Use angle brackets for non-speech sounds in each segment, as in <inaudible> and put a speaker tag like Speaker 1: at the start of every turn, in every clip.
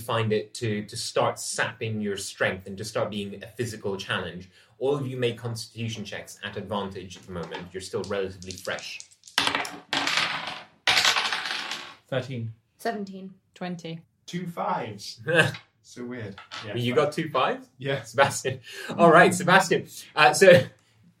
Speaker 1: find it to to start sapping your strength and to start being a physical challenge. All of you make constitution checks at advantage at the moment. You're still relatively fresh.
Speaker 2: 13.
Speaker 3: 17.
Speaker 4: 20.
Speaker 5: Two fives.
Speaker 1: you
Speaker 5: So weird. Yeah.
Speaker 1: got two fives? <laughs>
Speaker 5: Yeah.
Speaker 1: Sebastian. All right, Sebastian. Uh, so,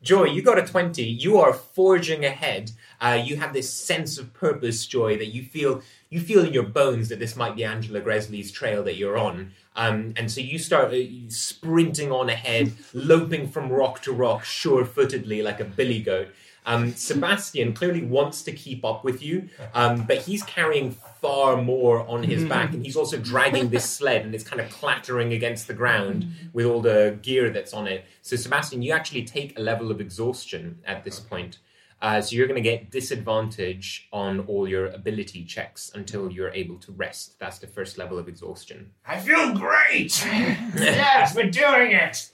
Speaker 1: Joy, you got a 20. You are forging ahead. Uh, you have this sense of purpose, Joy, that you feel you feel in your bones that this might be Angela Gresley's trail that you're on. Um, and so you start uh, sprinting on ahead, <laughs> loping from rock to rock, sure footedly like a billy goat. Um, Sebastian clearly wants to keep up with you, um, but he's carrying far more on his back, and he's also dragging this sled, and it's kind of clattering against the ground with all the gear that's on it. So, Sebastian, you actually take a level of exhaustion at this point. Uh, so, you're going to get disadvantage on all your ability checks until you're able to rest. That's the first level of exhaustion.
Speaker 5: I feel great. yes, we're doing it.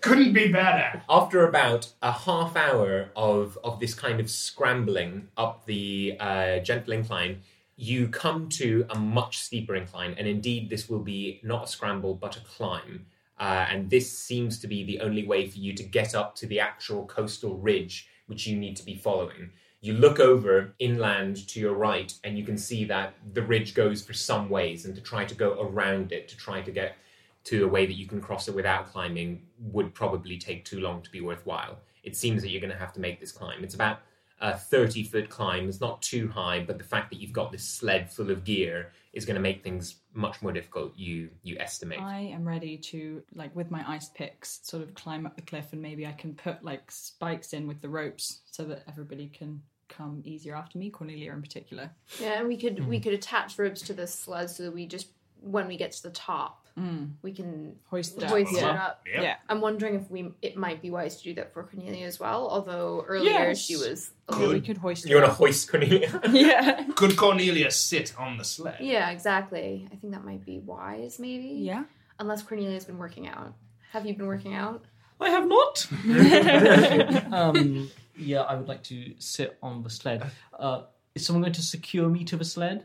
Speaker 5: Couldn't be better.
Speaker 1: after about a half hour of of this kind of scrambling up the uh, gentle incline, you come to a much steeper incline, and indeed this will be not a scramble but a climb. Uh, and this seems to be the only way for you to get up to the actual coastal ridge, which you need to be following. You look over inland to your right, and you can see that the ridge goes for some ways, and to try to go around it, to try to get to a way that you can cross it without climbing would probably take too long to be worthwhile. It seems that you're going to have to make this climb. It's about a 30 foot climb. It's not too high, but the fact that you've got this sled full of gear is going to make things much more difficult, you, you estimate.
Speaker 4: I am ready to, like, with my ice picks, sort of climb up the cliff and maybe I can put, like, spikes in with the ropes so that everybody can come easier after me, Cornelia in particular.
Speaker 3: Yeah, and we could we could attach ropes to the sled so that we just when we get to the top
Speaker 4: Mm.
Speaker 3: we can
Speaker 4: Hoist it up.
Speaker 3: hoist it
Speaker 4: yeah.
Speaker 3: up.
Speaker 5: Yep.
Speaker 4: Yeah.
Speaker 3: I'm wondering if we it might be wise to do that for Cornelia as well. Although earlier
Speaker 4: Yes.
Speaker 3: she was a
Speaker 4: Yeah,
Speaker 3: little
Speaker 4: we could hoist
Speaker 1: You
Speaker 4: it
Speaker 1: want to
Speaker 4: up.
Speaker 1: hoist Cornelia?
Speaker 4: <laughs> yeah.
Speaker 5: Could Cornelia sit on the sled?
Speaker 3: Yeah, exactly. I think that might be wise, maybe.
Speaker 1: <laughs>
Speaker 4: Yeah.
Speaker 3: Unless Cornelia's been working out. Have you been working out?
Speaker 2: I have not.
Speaker 4: yeah.
Speaker 2: <laughs> um, yeah, I would like to sit on the sled. Uh, is someone going to secure me to the sled?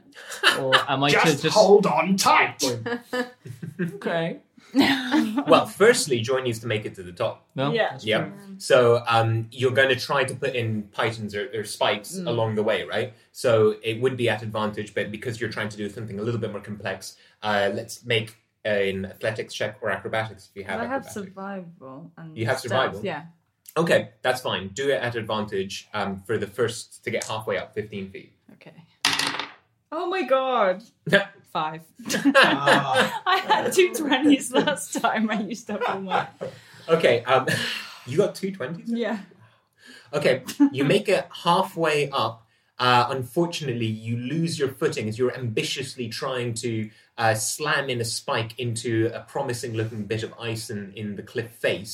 Speaker 2: Or am I
Speaker 5: Just,
Speaker 2: to just.
Speaker 5: hold on tight.
Speaker 2: Okay.
Speaker 1: <laughs> well, firstly, Joy needs to make it to the top.
Speaker 2: No?
Speaker 4: Yeah.
Speaker 2: that's
Speaker 1: Yeah.
Speaker 2: fine.
Speaker 1: So um, you're going to try to put in pythons or, or spikes
Speaker 4: Mm.
Speaker 1: along the way, right? So it would be at advantage, but because you're trying to do something a little bit more complex, uh, let's make an athletics check or acrobatics if you have
Speaker 4: I have
Speaker 1: acrobatics.
Speaker 4: survival. And
Speaker 1: You have
Speaker 4: stealth,
Speaker 1: survival?
Speaker 4: Yeah.
Speaker 1: okay, that's fine. Do it at advantage um, for the first to get halfway up, 15 feet. <laughs>
Speaker 4: Okay. Oh my god.
Speaker 1: <laughs>
Speaker 4: Five. <laughs>
Speaker 5: Ah.
Speaker 4: I had two twenties last time. I used up all
Speaker 1: <laughs>
Speaker 4: my.
Speaker 1: okay, um, <laughs> you got two 20s?
Speaker 4: Yeah.
Speaker 1: Okay, you make it halfway up. Uh, unfortunately, you lose your footing as you're ambitiously trying to uh, slam in a spike into a promising looking bit of ice in, in the cliff face.